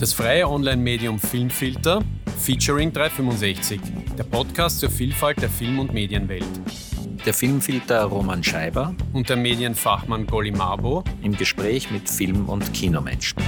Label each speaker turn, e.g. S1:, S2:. S1: Das freie Online-Medium Filmfilter, featuring 365, der Podcast zur Vielfalt der Film- und Medienwelt.
S2: Der Filmfilter Roman Scheiber
S1: Und der Medienfachmann Goli Mabo
S2: im Gespräch mit Film- und Kinomenschen.